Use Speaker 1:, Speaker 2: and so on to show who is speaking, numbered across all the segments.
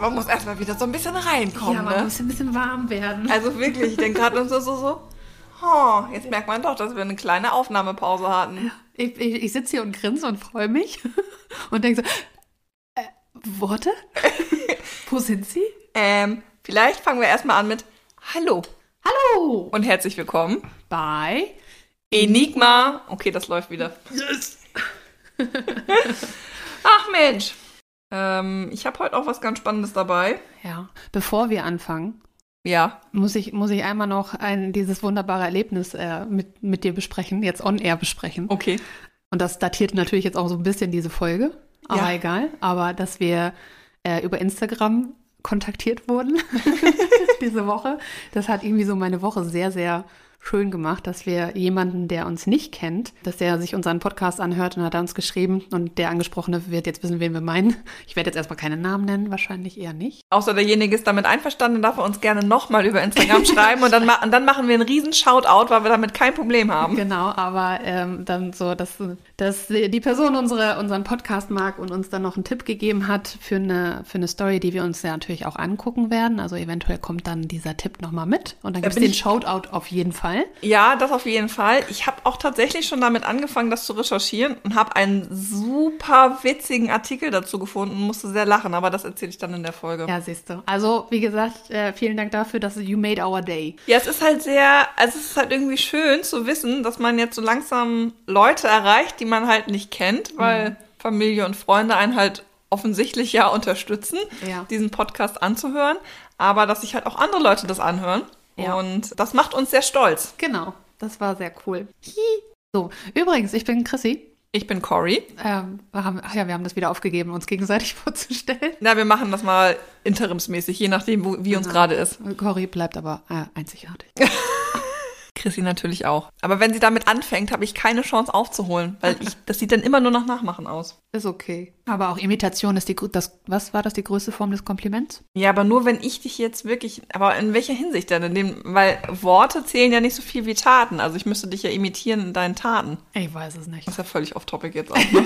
Speaker 1: man muss erstmal wieder so ein bisschen reinkommen.
Speaker 2: Ah. ja, man
Speaker 1: ne?
Speaker 2: muss ein bisschen warm werden.
Speaker 1: Also wirklich, ich denke gerade uns so so so. Oh, jetzt merkt man doch, dass wir eine kleine Aufnahmepause hatten.
Speaker 2: Ich, ich, ich sitze hier und grinse und freue mich und denke so, äh, Worte? Wo sind sie?
Speaker 1: Ähm, vielleicht fangen wir erstmal an mit Hallo
Speaker 2: Hallo!
Speaker 1: und herzlich willkommen.
Speaker 2: Bye.
Speaker 1: Enigma. Okay, das läuft wieder.
Speaker 2: Yes.
Speaker 1: Ach Mensch. Ähm, ich habe heute auch was ganz Spannendes dabei.
Speaker 2: Ja, bevor wir anfangen,
Speaker 1: Ja.
Speaker 2: muss ich, muss ich einmal noch ein, dieses wunderbare Erlebnis äh, mit, mit dir besprechen, jetzt on air besprechen.
Speaker 1: Okay.
Speaker 2: Und das datiert natürlich jetzt auch so ein bisschen diese Folge, aber
Speaker 1: Ja.
Speaker 2: egal. Aber dass wir äh, über Instagram kontaktiert wurden diese Woche, das hat irgendwie so meine Woche sehr, sehr schön gemacht, dass wir jemanden, der uns nicht kennt, dass der sich unseren Podcast anhört und hat uns geschrieben und der Angesprochene wird jetzt wissen, wen wir meinen. Ich werde jetzt erstmal keine Namen nennen, wahrscheinlich eher nicht.
Speaker 1: Außer derjenige ist damit einverstanden, darf er uns gerne nochmal über Instagram schreiben und dann, ma und dann machen wir einen riesen Shoutout, weil wir damit kein Problem haben.
Speaker 2: Genau, aber ähm, dann so, dass, dass die Person unsere, unseren Podcast mag und uns dann noch einen Tipp gegeben hat für eine, für eine Story, die wir uns ja natürlich auch angucken werden. Also eventuell kommt dann dieser Tipp nochmal mit und dann gibt es
Speaker 1: bin
Speaker 2: den
Speaker 1: ich-
Speaker 2: Shoutout auf jeden Fall.
Speaker 1: Ja, das auf jeden Fall. Ich habe auch tatsächlich schon damit angefangen, das zu recherchieren und habe einen super witzigen Artikel dazu gefunden, musste sehr lachen, aber das erzähle ich dann in der Folge. Ja.
Speaker 2: Ja, siehst du. Also, wie gesagt, äh, vielen Dank dafür, dass you made our day.
Speaker 1: es ist halt sehr, also es ist halt irgendwie schön zu wissen, dass man jetzt so langsam Leute erreicht, die man halt nicht
Speaker 2: Mhm.
Speaker 1: kennt, weil Familie und Freunde einen halt offensichtlich ja unterstützen,
Speaker 2: Ja.
Speaker 1: diesen Podcast anzuhören, aber dass sich halt auch andere Leute das anhören.
Speaker 2: Ja.
Speaker 1: Und das macht uns sehr stolz.
Speaker 2: Genau, das war sehr cool. Hi. So, übrigens, ich bin Chrissy.
Speaker 1: Ich bin Cory.
Speaker 2: Ähm, wir haben, ach ja, wir haben das wieder aufgegeben, uns gegenseitig vorzustellen.
Speaker 1: Na, wir machen das mal interimsmäßig, je nachdem, wo, wie uns
Speaker 2: Genau.
Speaker 1: gerade ist.
Speaker 2: Cory bleibt aber äh, einzigartig.
Speaker 1: Chrissy natürlich auch. Aber wenn sie damit anfängt, habe ich keine Chance aufzuholen, weil ich, das sieht dann immer nur nach Nachmachen aus.
Speaker 2: Ist okay. Aber auch Imitation ist die grö- das was war das die größte Form des Kompliments?
Speaker 1: Ja, aber nur wenn ich dich jetzt wirklich, aber in welcher Hinsicht denn? In dem, weil Worte zählen ja nicht so viel wie Taten. Also ich müsste dich ja imitieren in deinen Taten.
Speaker 2: Ich weiß es nicht.
Speaker 1: Das ist ja völlig off-topic jetzt auch. Ne?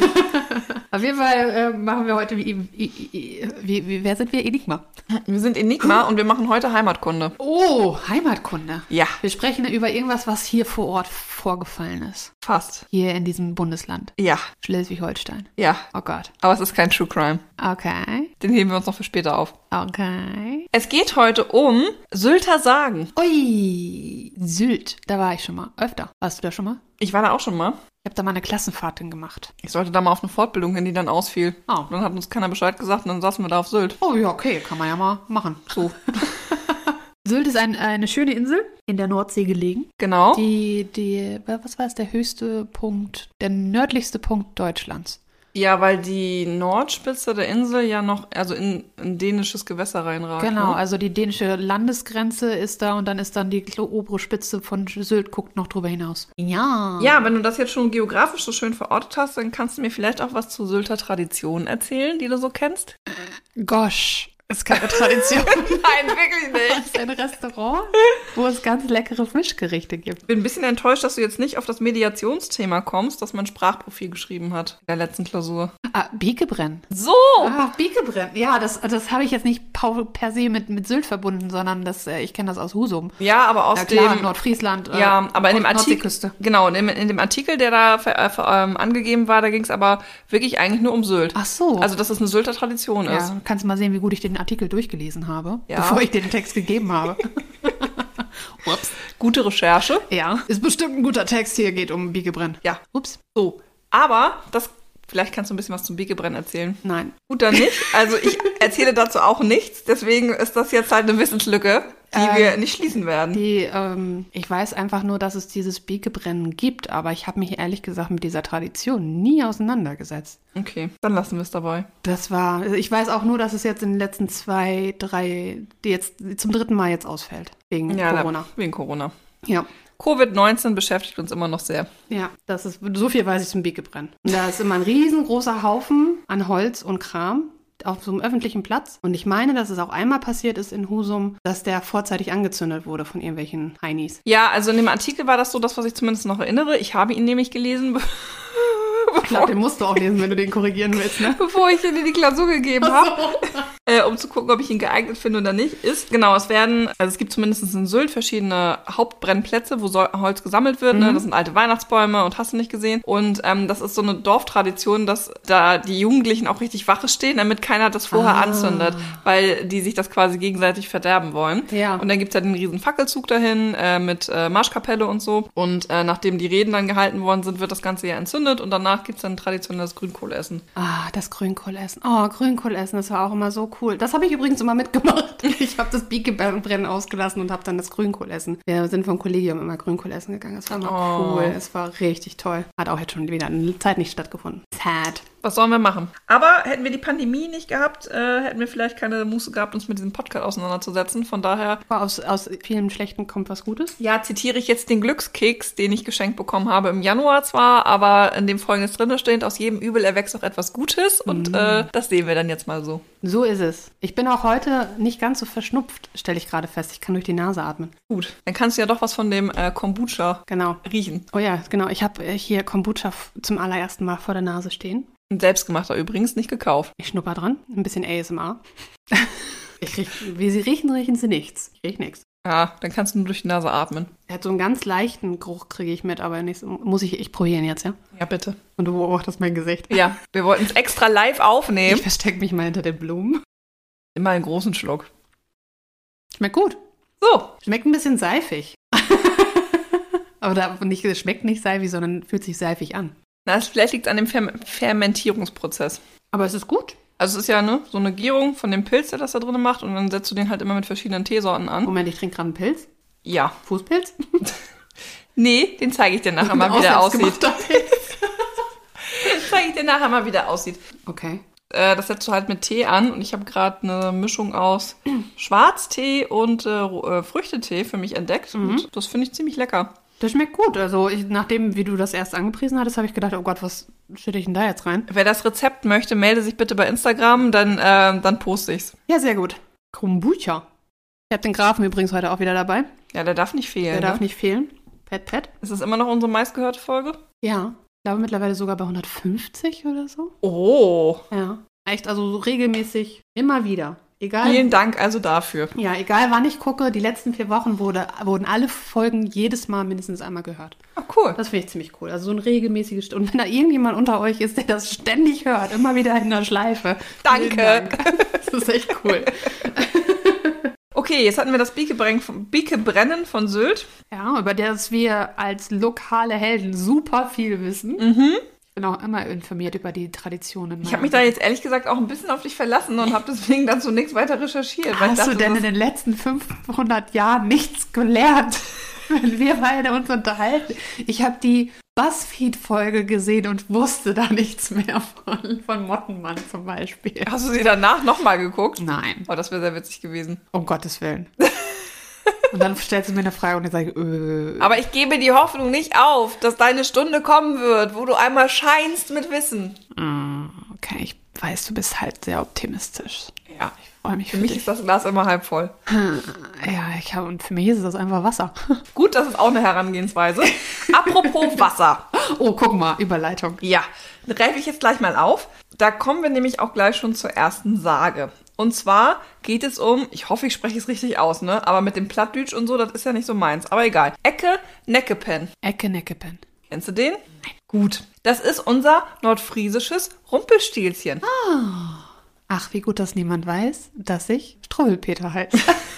Speaker 2: Auf jeden Fall äh, machen wir heute wie, wie, wie, wie wer sind wir Enigma?
Speaker 1: wir sind Enigma und wir machen heute Heimatkunde.
Speaker 2: Oh, Heimatkunde.
Speaker 1: Ja,
Speaker 2: Wir sprechen über irgendwas, was hier vor Ort vorgefallen ist.
Speaker 1: fast.
Speaker 2: Hier in diesem Bundesland
Speaker 1: Ja,
Speaker 2: Schleswig-Holstein.
Speaker 1: ja.
Speaker 2: Oh Gott.
Speaker 1: Aber es ist kein True Crime.
Speaker 2: Okay.
Speaker 1: Den heben wir uns noch für später auf.
Speaker 2: Okay.
Speaker 1: Es geht heute um Sylter Sagen.
Speaker 2: Ui, Sylt, da war ich schon mal. Öfter. Warst du da schon mal?
Speaker 1: Ich war da auch schon mal.
Speaker 2: Ich habe da mal eine Klassenfahrt hin gemacht.
Speaker 1: Ich sollte da mal auf eine Fortbildung hin, die dann ausfiel.
Speaker 2: Oh.
Speaker 1: Dann hat uns keiner Bescheid gesagt und dann saßen wir da auf Sylt.
Speaker 2: Oh ja, okay, kann man ja mal machen. So. Sylt ist ein, eine schöne Insel in der Nordsee gelegen.
Speaker 1: Genau.
Speaker 2: Die, die, was war es, der höchste Punkt, der nördlichste Punkt Deutschlands.
Speaker 1: ja, weil die Nordspitze der Insel ja noch, also in ein dänisches Gewässer reinragt.
Speaker 2: Genau,
Speaker 1: Ne?
Speaker 2: also die dänische Landesgrenze ist da und dann ist dann die klo- obere Spitze von Sylt, guckt noch drüber hinaus. Ja.
Speaker 1: Ja, wenn du das jetzt schon geografisch so schön verortet hast, dann kannst du mir vielleicht auch was zu Sylter Traditionen erzählen, die du so kennst.
Speaker 2: Gosh, ist keine Tradition.
Speaker 1: Nein, wirklich nicht.
Speaker 2: Es ist ein Restaurant, wo es ganz leckere Fischgerichte gibt.
Speaker 1: Ich bin ein bisschen enttäuscht, dass du jetzt nicht auf das Mediationsthema kommst, dass mein Sprachprofil geschrieben hat in der letzten Klausur.
Speaker 2: Ah, Biegebrenn.
Speaker 1: So!
Speaker 2: Ah, Biegebrenn. Ja, das, das habe ich jetzt nicht pau- per se mit, mit Sylt verbunden, sondern das, äh, ich kenne das aus Husum.
Speaker 1: Ja, aber aus
Speaker 2: ja, klar,
Speaker 1: dem
Speaker 2: Nordfriesland. äh,
Speaker 1: Ja, aber in dem
Speaker 2: Nord-
Speaker 1: Artikel,
Speaker 2: Nordseeküste.
Speaker 1: genau, in dem, in dem Artikel, der da ver, äh, ver, ähm, angegeben war, da ging es aber wirklich eigentlich nur um Sylt.
Speaker 2: Ach so.
Speaker 1: Also, dass es eine Sylter Tradition ist.
Speaker 2: ja, kannst mal sehen, wie gut ich den Artikel durchgelesen habe,
Speaker 1: Ja.
Speaker 2: bevor ich den Text gegeben habe. Ups.
Speaker 1: Gute Recherche.
Speaker 2: Ja, ist bestimmt ein guter Text hier, geht um Biegebrenn.
Speaker 1: Ja.
Speaker 2: Ups.
Speaker 1: So, aber das, vielleicht kannst du ein bisschen was zum Biegebrenn erzählen.
Speaker 2: Nein.
Speaker 1: Gut, dann nicht. Also, ich erzähle dazu auch nichts. Deswegen ist das jetzt halt eine Wissenslücke, die
Speaker 2: Ähm,
Speaker 1: wir nicht schließen werden.
Speaker 2: Die, ähm, ich weiß einfach nur, dass es dieses Biegebrennen gibt, aber ich habe mich ehrlich gesagt mit dieser Tradition nie auseinandergesetzt.
Speaker 1: Okay, dann lassen wir es dabei.
Speaker 2: Das war, also ich weiß auch nur, dass es jetzt in den letzten zwei, drei, die jetzt zum dritten Mal jetzt ausfällt. Wegen
Speaker 1: da-
Speaker 2: Corona.
Speaker 1: wegen Corona.
Speaker 2: Ja.
Speaker 1: Covid-19 beschäftigt uns immer noch sehr.
Speaker 2: Ja, das ist, so viel weiß ich zum Biegebrennen. Da ist immer ein riesengroßer Haufen an Holz und Kram auf so einem öffentlichen Platz. Und ich meine, dass es auch einmal passiert ist in Husum, dass der vorzeitig angezündet wurde von irgendwelchen Heinis.
Speaker 1: Ja, also in dem Artikel war das so das, was ich zumindest noch erinnere. Ich habe ihn nämlich gelesen, be-
Speaker 2: Ich glaube, den musst du auch lesen, wenn du den korrigieren willst, ne?
Speaker 1: bevor ich ihn in die Klausur gegeben habe. äh, um zu gucken, ob ich ihn geeignet finde oder nicht, ist, genau, es werden, also es gibt zumindest in Sylt verschiedene Hauptbrennplätze, wo Sol Holz gesammelt wird.
Speaker 2: Mhm.
Speaker 1: Ne? Das sind alte Weihnachtsbäume und hast du nicht gesehen. Und ähm, das ist so eine Dorftradition, dass da die Jugendlichen auch richtig Wache stehen, damit keiner das vorher
Speaker 2: Ah.
Speaker 1: anzündet, weil die sich das quasi gegenseitig verderben wollen.
Speaker 2: Ja.
Speaker 1: Und dann gibt's ja den riesen Fackelzug dahin äh, mit äh, Marschkapelle und so. Und äh, nachdem die Reden dann gehalten worden sind, wird das Ganze ja entzündet und danach gibt's dann traditionelles Grünkohlessen.
Speaker 2: Ah, das Grünkohlessen. Oh, Grünkohlessen, das war auch immer so cool. Das habe ich übrigens immer mitgemacht. Ich habe das Biekebrennen ausgelassen und habe dann das Grünkohlessen. Wir sind vom Kollegium immer Grünkohlessen gegangen. Das war immer
Speaker 1: Oh.
Speaker 2: cool. Es war richtig toll. Hat auch jetzt schon wieder eine Zeit nicht stattgefunden. Sad.
Speaker 1: Was sollen wir machen? Aber hätten wir die Pandemie nicht gehabt, äh, hätten wir vielleicht keine Muße gehabt, uns mit diesem Podcast auseinanderzusetzen. Von daher,
Speaker 2: Aber aus, aus vielem Schlechten kommt was Gutes.
Speaker 1: ja, zitiere ich jetzt den Glückskeks, den ich geschenkt bekommen habe im Januar zwar, aber in dem folgendes drinne steht, aus jedem Übel erwächst auch etwas Gutes und äh, das sehen wir dann jetzt mal so.
Speaker 2: So ist es. Ich bin auch heute nicht ganz so verschnupft, stelle ich gerade fest. Ich kann durch die Nase atmen.
Speaker 1: Gut, dann kannst du ja doch was von dem äh, Kombucha
Speaker 2: Genau.
Speaker 1: riechen.
Speaker 2: Oh ja, genau. Ich habe äh, hier Kombucha f- zum allerersten Mal vor der Nase stehen.
Speaker 1: Ein selbstgemachter übrigens, nicht gekauft.
Speaker 2: Ich schnupper dran. Ein bisschen ASMR. ich riech, wie sie riechen, riechen sie nichts. Ich riech nichts.
Speaker 1: Ja, dann kannst du nur durch die Nase atmen.
Speaker 2: Er hat so einen ganz leichten Geruch, kriege ich mit, aber nichts. Muss ich, ich probieren jetzt, ja?
Speaker 1: Ja, bitte.
Speaker 2: Und du beobachtest mein Gesicht.
Speaker 1: Ja, wir wollten es extra live
Speaker 2: Ich
Speaker 1: aufnehmen.
Speaker 2: verstecke mich mal hinter den Blumen.
Speaker 1: Immer einen großen Schluck.
Speaker 2: Schmeckt gut.
Speaker 1: So,
Speaker 2: Schmeckt ein bisschen seifig. aber da, nicht, es schmeckt nicht seifig, sondern fühlt sich seifig an.
Speaker 1: na, es- vielleicht liegt es an dem Fer Fermentierungsprozess.
Speaker 2: Aber es ist gut.
Speaker 1: Also es ist ja ne, so eine Gärung von dem Pilz, der das da drin macht und dann setzt du den halt immer mit verschiedenen Teesorten an.
Speaker 2: Moment, ich trinke gerade einen Pilz.
Speaker 1: Ja.
Speaker 2: Fußpilz.
Speaker 1: Nee, den zeige ich dir nachher mal,
Speaker 2: Ein
Speaker 1: wie der aussieht.
Speaker 2: auswärtsgemachter Pilz.
Speaker 1: Den zeige ich dir nachher mal, wie der aussieht.
Speaker 2: Okay.
Speaker 1: Äh, das setzt du halt mit Tee an und ich habe gerade eine Mischung aus Schwarztee und äh, Ro- äh, Früchtetee für mich entdeckt. Und das finde ich ziemlich lecker.
Speaker 2: Das schmeckt gut. Also ich, nachdem, wie du das erst angepriesen hattest, habe ich gedacht, oh Gott, was schütte ich denn da jetzt rein?
Speaker 1: Wer das Rezept möchte, melde sich bitte bei Instagram, dann, äh, dann poste ich's.
Speaker 2: Ja, sehr gut. Kombucha. Ich habe den Grafen übrigens heute auch wieder dabei.
Speaker 1: Ja, der darf nicht fehlen.
Speaker 2: Der darf
Speaker 1: ne?
Speaker 2: nicht fehlen. Pet, pet.
Speaker 1: Ist das immer noch unsere meistgehörte Folge?
Speaker 2: Ja. Ich glaube mittlerweile sogar bei 150 oder so.
Speaker 1: Oh,
Speaker 2: Ja. Echt, also so regelmäßig immer wieder. Egal.
Speaker 1: vielen Dank also dafür.
Speaker 2: Ja, egal wann ich gucke, die letzten vier Wochen wurde, wurden alle Folgen jedes Mal mindestens einmal gehört.
Speaker 1: Ah, cool.
Speaker 2: Das finde ich ziemlich cool. Also so ein regelmäßiges. Und wenn da irgendjemand unter euch ist, der das ständig hört, immer wieder in der Schleife.
Speaker 1: Danke.
Speaker 2: vielen Dank. Das ist echt cool.
Speaker 1: Okay, jetzt hatten wir das Biekebrennen von, Biekebrennen von Sylt.
Speaker 2: Ja, über das wir als lokale Helden super viel wissen. Ich bin auch immer informiert über die Traditionen.
Speaker 1: Mhm. Ich habe mich da jetzt ehrlich gesagt auch ein bisschen auf dich verlassen und habe deswegen dazu nichts weiter recherchiert. weil ich
Speaker 2: Hast du
Speaker 1: dachte,
Speaker 2: denn in
Speaker 1: das-
Speaker 2: den letzten 500 Jahren nichts gelernt, wenn wir beide uns unterhalten? Ich habe die Buzzfeed-Folge gesehen und wusste da nichts mehr von, von Mottenmann zum Beispiel.
Speaker 1: Hast du sie danach nochmal geguckt?
Speaker 2: Nein,
Speaker 1: Oh, das wäre sehr witzig gewesen.
Speaker 2: um Gottes Willen. Und dann stellst du mir eine Frage und dann sage ich, äh,
Speaker 1: Aber ich gebe die Hoffnung nicht auf, dass deine Stunde kommen wird, wo du einmal scheinst mit Wissen.
Speaker 2: mm, okay, ich weiß, du bist halt sehr optimistisch.
Speaker 1: Ja,
Speaker 2: Ich freue mich für,
Speaker 1: für mich
Speaker 2: dich.
Speaker 1: ist das Glas immer halb voll.
Speaker 2: Ja, ich habe, und für mich ist das einfach Wasser.
Speaker 1: Gut, das ist auch eine Herangehensweise. Apropos Wasser.
Speaker 2: Oh, guck mal, Überleitung.
Speaker 1: Ja, greife ich jetzt gleich mal auf. Da kommen wir nämlich auch gleich schon zur ersten Sage. Und zwar geht es um, ich hoffe, ich spreche es richtig aus, ne? Aber mit dem Plattdütsch und so, das ist ja nicht so meins. Aber egal. Ecke Neckepen.
Speaker 2: Ecke Neckepen.
Speaker 1: Kennst du den? Nein. Gut. Das ist unser nordfriesisches Rumpelstilzchen.
Speaker 2: Ach, wie gut, dass niemand weiß, dass ich Strubbelpeter heiße.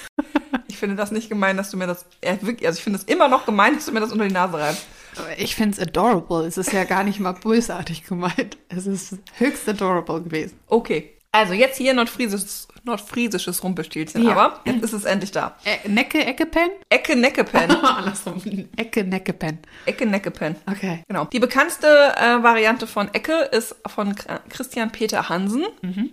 Speaker 1: Ich finde das nicht gemein, dass du mir das, äh, wirklich, also ich finde es immer noch gemein, dass du mir das unter die Nase reibst.
Speaker 2: Ich finde es adorable. Es ist ja gar nicht mal bösartig gemeint. Es ist höchst adorable gewesen.
Speaker 1: Okay. Also jetzt hier nordfriesisches, nordfriesisches Rumpelstilzchen.
Speaker 2: Ja.
Speaker 1: Aber jetzt ist es endlich da.
Speaker 2: E Necke, Eckepen?
Speaker 1: Ecke Neckepen.
Speaker 2: Andersrum. Ecke, Neckepen.
Speaker 1: Ecke Neckepen.
Speaker 2: Okay.
Speaker 1: Genau. Die bekannteste äh, Variante von Ecke ist von Kr- Christian Peter Hansen.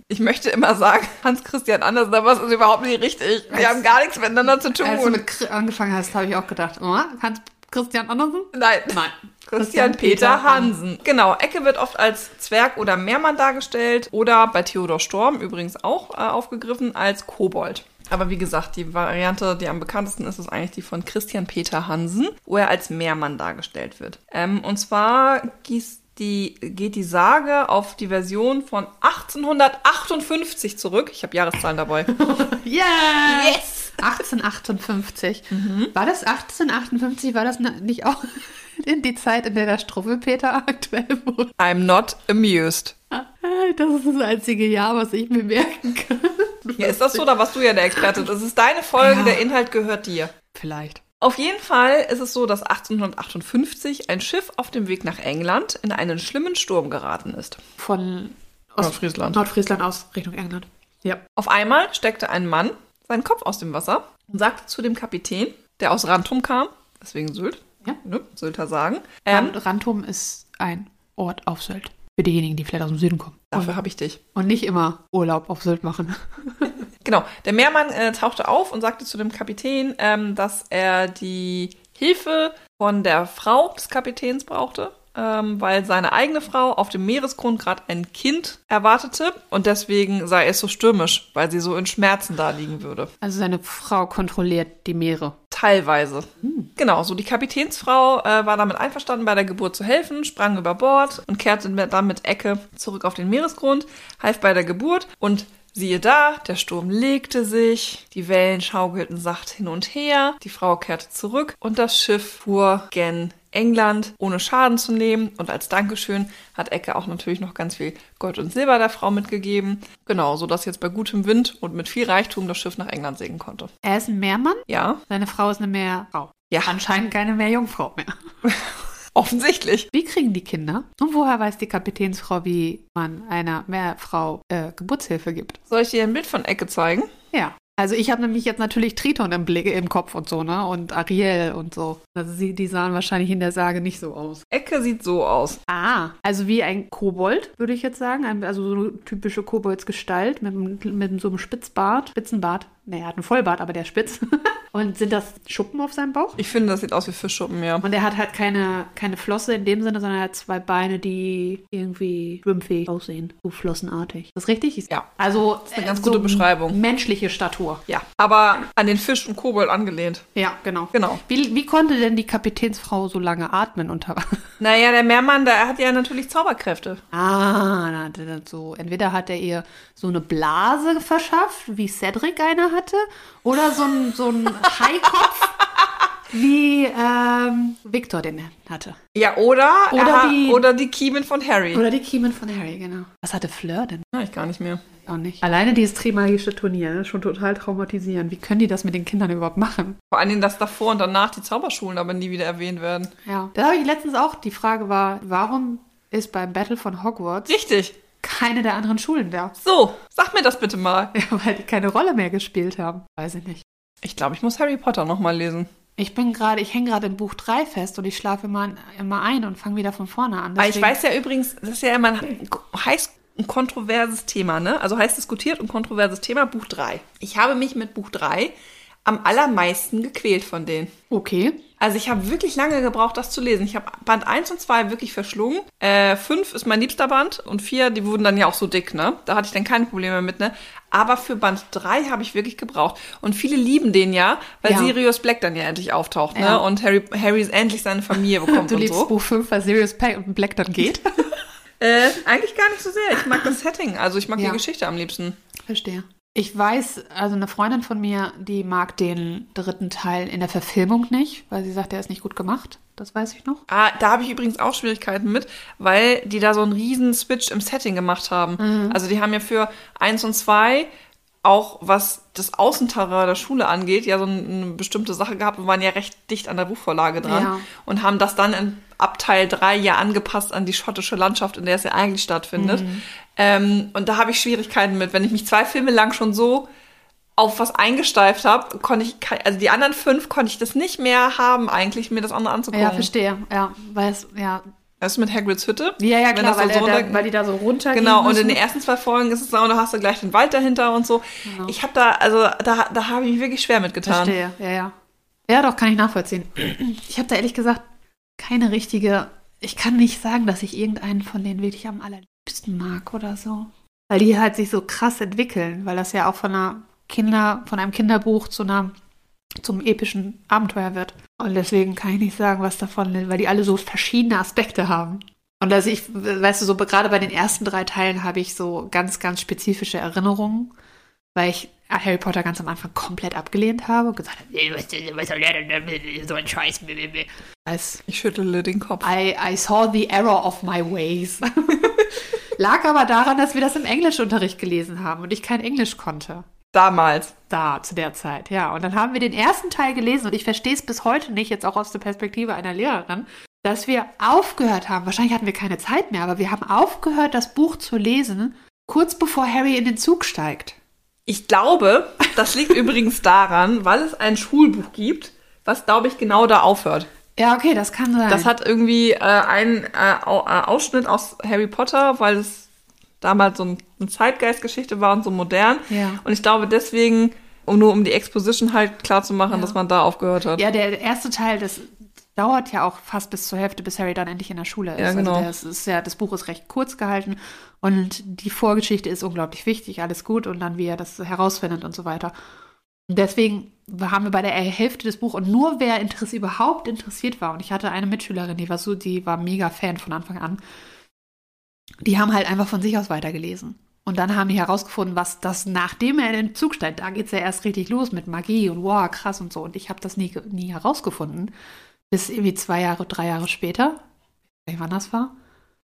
Speaker 1: Ich möchte immer sagen, Hans Christian Andersen, aber es ist überhaupt nicht richtig. Wir haben gar nichts miteinander zu
Speaker 2: Als du
Speaker 1: tun.
Speaker 2: mit Kr angefangen hast, habe ich auch gedacht, oh, Hans Christian Andersen?
Speaker 1: Nein.
Speaker 2: Nein.
Speaker 1: Christian Peter Hansen. Genau, Ecke wird oft als Zwerg oder Meermann dargestellt oder bei Theodor Storm übrigens auch äh, aufgegriffen als Kobold. Aber wie gesagt, die Variante, die am bekanntesten ist, ist eigentlich die von Christian Peter Hansen, wo er als Meermann dargestellt wird. Ähm, und zwar gießt die geht die Sage auf die Version von 1858 zurück. Ich habe Jahreszahlen dabei.
Speaker 2: Yes!
Speaker 1: Yes! Mhm.
Speaker 2: 1858. War das 1858? War das na- nicht auch in die Zeit, in der der Struwwelpeter aktuell wurde?
Speaker 1: I'm not amused.
Speaker 2: Das ist das einzige Jahr, was ich mir merken kann.
Speaker 1: Ja, ist das so, da warst du ja der Experte. Das ist deine Folge,
Speaker 2: Ja.
Speaker 1: der Inhalt gehört dir.
Speaker 2: Vielleicht.
Speaker 1: Auf jeden Fall ist es so, dass 1858 ein Schiff auf dem Weg nach England in einen schlimmen Sturm geraten ist.
Speaker 2: Von
Speaker 1: Nordfriesland.
Speaker 2: Nordfriesland aus Richtung England. Ja.
Speaker 1: Auf einmal steckte ein Mann seinen Kopf aus dem Wasser und sagte zu dem Kapitän, der aus Rantum kam, deswegen Sylt,
Speaker 2: Ja.
Speaker 1: ne, Sylter sagen, ähm,
Speaker 2: Rand Rantum ist ein Ort auf Sylt. Für diejenigen, die vielleicht aus dem Süden kommen.
Speaker 1: dafür habe ich dich.
Speaker 2: Und nicht immer Urlaub auf Sylt machen.
Speaker 1: Genau, der Meermann äh, tauchte auf und sagte zu dem Kapitän, ähm, dass er die Hilfe von der Frau des Kapitäns brauchte, ähm, weil seine eigene Frau auf dem Meeresgrund gerade ein Kind erwartete und deswegen sei es so stürmisch, weil sie so in Schmerzen da liegen würde.
Speaker 2: Also seine Frau kontrolliert die Meere.
Speaker 1: Teilweise. Genau, so die Kapitänsfrau äh, war damit einverstanden, bei der Geburt zu helfen, sprang über Bord und kehrte mit- dann mit Ecke zurück auf den Meeresgrund, half bei der Geburt und siehe da, der Sturm legte sich, die Wellen schaukelten sacht hin und her, die Frau kehrte zurück und das Schiff fuhr gen England, ohne Schaden zu nehmen. Und als Dankeschön hat Ecke auch natürlich noch ganz viel Gold und Silber der Frau mitgegeben. Genau, sodass jetzt bei gutem Wind und mit viel Reichtum das Schiff nach England segeln konnte.
Speaker 2: Er ist ein Meermann,
Speaker 1: Ja,
Speaker 2: seine Frau ist eine Meerfrau.
Speaker 1: Ja.
Speaker 2: Anscheinend keine Meerjungfrau mehr.
Speaker 1: offensichtlich.
Speaker 2: Wie kriegen die Kinder? Und woher weiß die Kapitänsfrau, wie man einer Meerfrau äh, Geburtshilfe gibt?
Speaker 1: Soll ich dir ein Bild von Ecke zeigen?
Speaker 2: Ja. Also ich habe nämlich jetzt natürlich Triton im Blick, im Kopf und so, ne? Und Ariel und so. Also sie, die sahen wahrscheinlich in der Sage nicht so aus.
Speaker 1: Ecke sieht so aus.
Speaker 2: Ah, also wie ein Kobold, würde ich jetzt sagen. Ein, also so eine typische Koboldsgestalt mit, einem- mit so einem Spitzbart. Spitzenbart. Nee, er hat einen Vollbart, aber der ist spitz. Und sind das Schuppen auf seinem Bauch?
Speaker 1: Ich finde, das sieht aus wie Fischschuppen, ja.
Speaker 2: Und er hat halt keine, keine Flosse in dem Sinne, sondern er hat zwei Beine, die irgendwie schwimmfähig aussehen. So flossenartig. Ist das richtig? Ich-
Speaker 1: Ja.
Speaker 2: Also das
Speaker 1: ist eine ganz gute Beschreibung.
Speaker 2: Menschliche Statur.
Speaker 1: Ja, aber an den Fisch und Kobold angelehnt.
Speaker 2: Ja, genau.
Speaker 1: Genau.
Speaker 2: Wie, wie konnte denn die Kapitänsfrau so lange atmen unter Wasser?
Speaker 1: Naja, der Meermann, der hat ja natürlich Zauberkräfte.
Speaker 2: Ah, na, d- d- so. Entweder hat er ihr so eine Blase verschafft, wie Cedric eine hatte, oder so ein, so ein Haikopf, wie ähm, Victor den hatte.
Speaker 1: Ja, oder?
Speaker 2: Oder
Speaker 1: er hat-
Speaker 2: die-
Speaker 1: oder die Kiemen von Harry.
Speaker 2: Oder die Kiemen von Harry, genau. Was hatte Fleur denn?
Speaker 1: Ja, ich gar nicht mehr.
Speaker 2: Auch nicht. Alleine dieses trimagische Turnier, ne, schon total traumatisierend. Wie können die das mit den Kindern überhaupt machen?
Speaker 1: Vor allen Dingen, dass davor und danach die Zauberschulen aber nie wieder erwähnt werden.
Speaker 2: Ja. Da habe ich letztens auch, die Frage war, warum ist beim Battle von Hogwarts
Speaker 1: Richtig.
Speaker 2: keine der anderen Schulen da?
Speaker 1: So, sag mir das bitte mal.
Speaker 2: Ja, weil die keine Rolle mehr gespielt haben. Weiß ich nicht.
Speaker 1: Ich glaube, ich muss Harry Potter nochmal lesen.
Speaker 2: Ich bin gerade, ich hänge gerade im Buch 3 fest und ich schlafe immer, immer ein und fange wieder von vorne an.
Speaker 1: Weil Ah, ich
Speaker 2: Deswegen-
Speaker 1: weiß ja übrigens, das ist ja immer ein heiß ein kontroverses Thema, ne? Also heiß diskutiert und kontroverses Thema, Buch 3. Ich habe mich mit Buch 3 am allermeisten gequält von denen.
Speaker 2: Okay.
Speaker 1: Also ich habe wirklich lange gebraucht, das zu lesen. Ich habe Band 1 und 2 wirklich verschlungen. Äh, 5 ist mein liebster Band und 4, die wurden dann ja auch so dick, ne? Da hatte ich dann keine Probleme mit, ne? Aber für Band 3 habe ich wirklich gebraucht. Und viele lieben den ja, weil
Speaker 2: Ja.
Speaker 1: Sirius Black dann ja endlich auftaucht,
Speaker 2: Ja.
Speaker 1: ne? Und Harry, Harry endlich seine Familie bekommt
Speaker 2: Du
Speaker 1: und
Speaker 2: liebst
Speaker 1: so.
Speaker 2: Buch 5, weil Sirius Black und Black dann geht.
Speaker 1: Äh, eigentlich gar nicht so sehr. Ich mag das Setting. Also ich mag
Speaker 2: Ja.
Speaker 1: die Geschichte am liebsten.
Speaker 2: Verstehe. Ich weiß, also eine Freundin von mir, die mag den dritten Teil in der Verfilmung nicht, weil sie sagt, der ist nicht gut gemacht. Das weiß ich noch.
Speaker 1: Ah, da habe ich übrigens auch Schwierigkeiten mit, weil die da so einen riesen Switch im Setting gemacht
Speaker 2: Mhm.
Speaker 1: haben. Also die haben ja für eins und zwei auch was das Außenterrain der Schule angeht, ja so eine bestimmte Sache gehabt und waren ja recht dicht an der Buchvorlage dran
Speaker 2: Ja.
Speaker 1: und haben das dann in Abteil 3 ja angepasst an die schottische Landschaft, in der es ja eigentlich stattfindet.
Speaker 2: Mhm.
Speaker 1: Ähm, und da habe ich Schwierigkeiten mit. Wenn ich mich zwei Filme lang schon so auf was eingesteift habe, konnte ich, ke- also die anderen fünf konnte ich das nicht mehr haben, eigentlich mir das andere anzugucken.
Speaker 2: Ja, verstehe. Ja, weil es, ja.
Speaker 1: Weißt du, mit Hagrids Hütte?
Speaker 2: Ja, ja,
Speaker 1: Wenn
Speaker 2: klar,
Speaker 1: das
Speaker 2: weil,
Speaker 1: so
Speaker 2: er
Speaker 1: runter-
Speaker 2: da, weil die da so runtergehen
Speaker 1: Genau, und
Speaker 2: müssen.
Speaker 1: in den ersten zwei Folgen ist es auch, da hast du gleich den Wald dahinter und so. Ich habe da, also da, da habe ich mich wirklich schwer mitgetan.
Speaker 2: Genau. Verstehe, ja, ja. Ja, doch, kann ich nachvollziehen. Ich habe da ehrlich gesagt keine richtige. Ich kann nicht sagen, dass ich irgendeinen von denen wirklich am allerliebsten mag oder so. Weil die halt sich so krass entwickeln, weil das ja auch von einer Kinder, von einem Kinderbuch zu einer, zum epischen Abenteuer wird. Und deswegen kann ich nicht sagen, was davon, weil die alle so verschiedene Aspekte haben. Und also ich, weißt du, so gerade bei den ersten drei Teilen habe ich so ganz, ganz spezifische Erinnerungen, weil ich Harry Potter ganz am Anfang komplett abgelehnt habe und gesagt habe, "Nee, was was soll der denn, so ein Scheiß. Als
Speaker 1: Ich schüttle den Kopf.
Speaker 2: I, I saw the error of my ways. Lag aber daran, dass wir das im Englischunterricht gelesen haben und ich kein Englisch konnte.
Speaker 1: Damals.
Speaker 2: Da, zu der Zeit, ja. Und dann haben wir den ersten Teil gelesen und ich verstehe es bis heute nicht, jetzt auch aus der Perspektive einer Lehrerin, dass wir aufgehört haben, wahrscheinlich hatten wir keine Zeit mehr, aber wir haben aufgehört, das Buch zu lesen, kurz bevor Harry in den Zug steigt.
Speaker 1: Ich glaube, das liegt übrigens daran, weil es ein Schulbuch gibt, was, glaube ich, genau da aufhört.
Speaker 2: Ja, okay, das kann sein.
Speaker 1: Das hat irgendwie äh, einen äh, Au- äh, Ausschnitt aus Harry Potter, weil es damals so ein, eine Zeitgeistgeschichte war und so modern.
Speaker 2: Ja.
Speaker 1: Und ich glaube deswegen, um nur um die Exposition halt klar zu machen,
Speaker 2: Ja.
Speaker 1: dass man da aufgehört hat.
Speaker 2: ja, der erste Teil, das dauert ja auch fast bis zur Hälfte, bis Harry dann endlich in der Schule ist.
Speaker 1: Ja, genau.
Speaker 2: also das, ist ja, das Buch ist recht kurz gehalten und die Vorgeschichte ist unglaublich wichtig, alles gut und dann, wie er das herausfindet und so weiter. Und deswegen haben wir bei der Hälfte des Buchs und nur wer interess überhaupt interessiert war, und ich hatte eine Mitschülerin, die war so, die war mega Fan von Anfang an, die haben halt einfach von sich aus weitergelesen. Und dann haben die herausgefunden, was das, nachdem er in den Zug steigt, da geht's ja erst richtig los mit Magie und wow, krass und so. Und ich habe das nie, ge- nie herausgefunden, bis irgendwie zwei Jahre, drei Jahre später, ich weiß nicht, wann das war.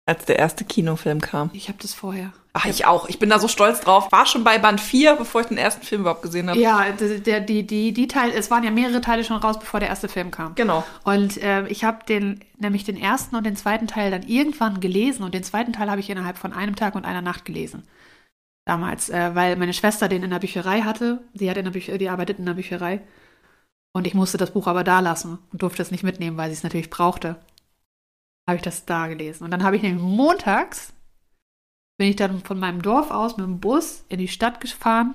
Speaker 1: Als der erste Kinofilm kam.
Speaker 2: Ich habe das vorher.
Speaker 1: Ach, ich auch. Ich bin da so stolz drauf. War schon bei Band 4, bevor ich den ersten Film überhaupt gesehen habe.
Speaker 2: Ja, der, der, die, die, die Teil, es waren ja mehrere Teile schon raus, bevor der erste Film kam.
Speaker 1: Genau.
Speaker 2: Und ähm, ich habe den, nämlich den ersten und den zweiten Teil dann irgendwann gelesen und den zweiten Teil habe ich innerhalb von einem Tag und einer Nacht gelesen. Damals, äh, weil meine Schwester den in der Bücherei hatte. Sie hat in der Büch die arbeitet in der Bücherei. Und ich musste das Buch aber da lassen und durfte es nicht mitnehmen, weil sie es natürlich brauchte. Habe ich das da gelesen. Und dann habe ich nämlich montags, bin ich dann von meinem Dorf aus mit dem Bus in die Stadt gefahren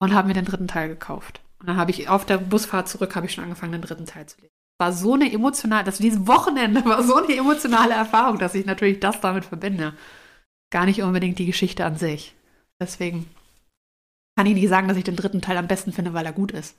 Speaker 2: und habe mir den dritten Teil gekauft. Und dann habe ich auf der Busfahrt zurück habe ich schon angefangen, den dritten Teil zu lesen. War so eine emotionale, das dieses Wochenende war so eine emotionale Erfahrung, dass ich natürlich das damit verbinde. Gar nicht unbedingt die Geschichte an sich. Deswegen kann ich nicht sagen, dass ich den dritten Teil am besten finde, weil er gut ist.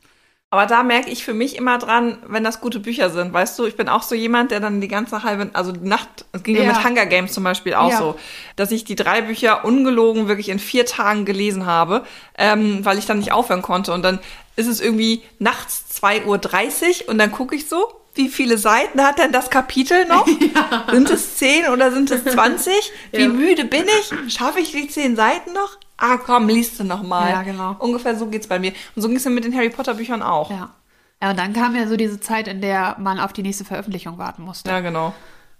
Speaker 1: Aber da merke ich für mich immer dran, wenn das gute Bücher sind. Weißt du, ich bin auch so jemand, der dann die ganze halbe, also die Nacht, es ging ja.
Speaker 2: Ja.
Speaker 1: mit Hunger Games zum Beispiel auch
Speaker 2: Ja.
Speaker 1: so, dass ich die drei Bücher ungelogen wirklich in vier Tagen gelesen habe, ähm, weil ich dann nicht aufhören konnte. Und dann ist es irgendwie nachts 2.30 Uhr und dann gucke ich so, wie viele Seiten hat denn das Kapitel noch? Sind es 10 oder sind es 20? Wie
Speaker 2: Ja.
Speaker 1: müde bin ich? Schaffe ich die 10 Seiten noch? Ah, komm, liest du noch mal.
Speaker 2: Ja, genau.
Speaker 1: Ungefähr so geht's bei mir. Und so ging's mir mit den Harry Potter Büchern auch.
Speaker 2: Ja. ja. Und dann kam ja so diese Zeit, in der man auf die nächste Veröffentlichung warten musste.
Speaker 1: Ja, genau.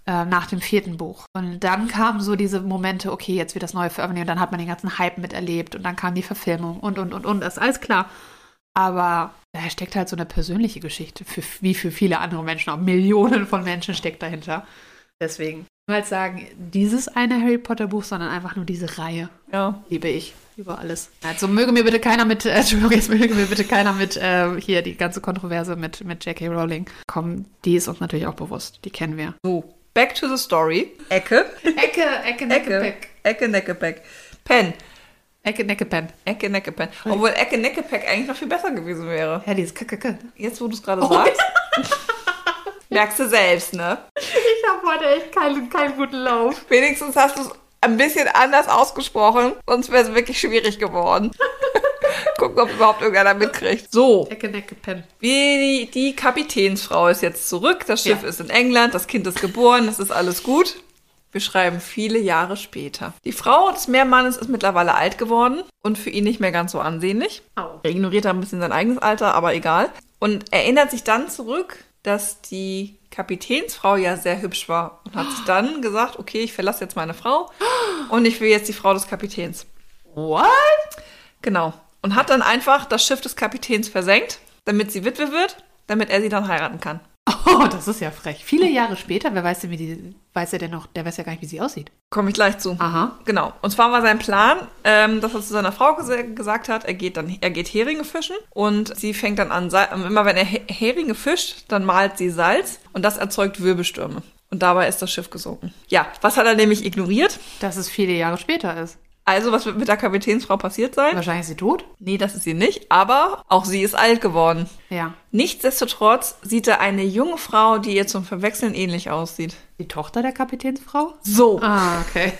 Speaker 2: äh, nach dem vierten Buch. Und dann kamen so diese Momente, okay, jetzt wird das neue veröffentlicht und dann hat man den ganzen Hype miterlebt und dann kam die Verfilmung und, und, und, und, das ist alles klar. Aber da steckt halt so eine persönliche Geschichte, für, wie für viele andere Menschen, auch Millionen von Menschen steckt dahinter. Deswegen, niemals sagen, dieses eine Harry Potter Buch, sondern einfach nur diese Reihe
Speaker 1: Ja.
Speaker 2: liebe ich über alles. Also möge mir bitte keiner mit, äh, Entschuldigung, jetzt möge mir bitte keiner mit äh, hier die ganze Kontroverse mit, mit J.K. Rowling kommen. Die ist uns natürlich auch bewusst, die kennen wir.
Speaker 1: So, Oh, back to the story. Ecke,
Speaker 2: Ecke, Ecke, Necke,
Speaker 1: Ecke,
Speaker 2: Peck.
Speaker 1: Ecke, Neckepack. Pen,
Speaker 2: Ecke, Necke, Pen.
Speaker 1: Ecke, Neckepack. Obwohl Ecke, Neckepack eigentlich noch viel besser gewesen wäre.
Speaker 2: Ja, dieses K, K, K.
Speaker 1: Jetzt, wo du es gerade sagst, merkst du selbst, ne?
Speaker 2: Ich habe heute echt keinen, keinen guten Lauf.
Speaker 1: Wenigstens hast du es ein bisschen anders ausgesprochen, sonst wäre es wirklich schwierig geworden. Gucken, ob überhaupt irgendeiner mitkriegt. So,
Speaker 2: Ecke, Necke, Pen.
Speaker 1: die, die Kapitänsfrau ist jetzt zurück, das Schiff
Speaker 2: Ja.
Speaker 1: ist in England, das Kind ist geboren, es ist alles gut. Wir schreiben viele Jahre später. Die Frau des Meermannes ist mittlerweile alt geworden und für ihn nicht mehr ganz so ansehnlich.
Speaker 2: Au.
Speaker 1: Er ignoriert da ein bisschen sein eigenes Alter, aber egal. Und erinnert sich dann zurück, dass die Kapitänsfrau ja sehr hübsch war und hat sich dann gesagt, okay, ich verlasse jetzt meine Frau und ich will jetzt die Frau des Kapitäns.
Speaker 2: What?
Speaker 1: Genau. Und hat dann einfach das Schiff des Kapitäns versenkt, damit sie Witwe wird, damit er sie dann heiraten kann.
Speaker 2: Oh, das ist ja frech. Viele Jahre später, wer weiß denn, wie die, weiß er denn noch, der weiß ja gar nicht, wie sie aussieht.
Speaker 1: Komme ich gleich zu.
Speaker 2: Aha.
Speaker 1: Genau. Und zwar war sein Plan, ähm, dass er zu seiner Frau gese- gesagt hat, er geht dann, er geht Heringe fischen und sie fängt dann an, Sal ähm, immer wenn er He- Heringe fischt, dann malt sie Salz und das erzeugt Wirbelstürme. Und dabei ist das Schiff gesunken. Ja, was hat er nämlich ignoriert?
Speaker 2: Dass es viele Jahre später ist.
Speaker 1: Also, was wird mit der Kapitänsfrau passiert sein?
Speaker 2: Wahrscheinlich ist sie tot.
Speaker 1: Nee, das ist sie nicht, aber auch sie ist alt geworden.
Speaker 2: Ja.
Speaker 1: Nichtsdestotrotz sieht er eine junge Frau, die ihr zum Verwechseln ähnlich aussieht.
Speaker 2: Die Tochter der Kapitänsfrau?
Speaker 1: So,
Speaker 2: Ah, okay.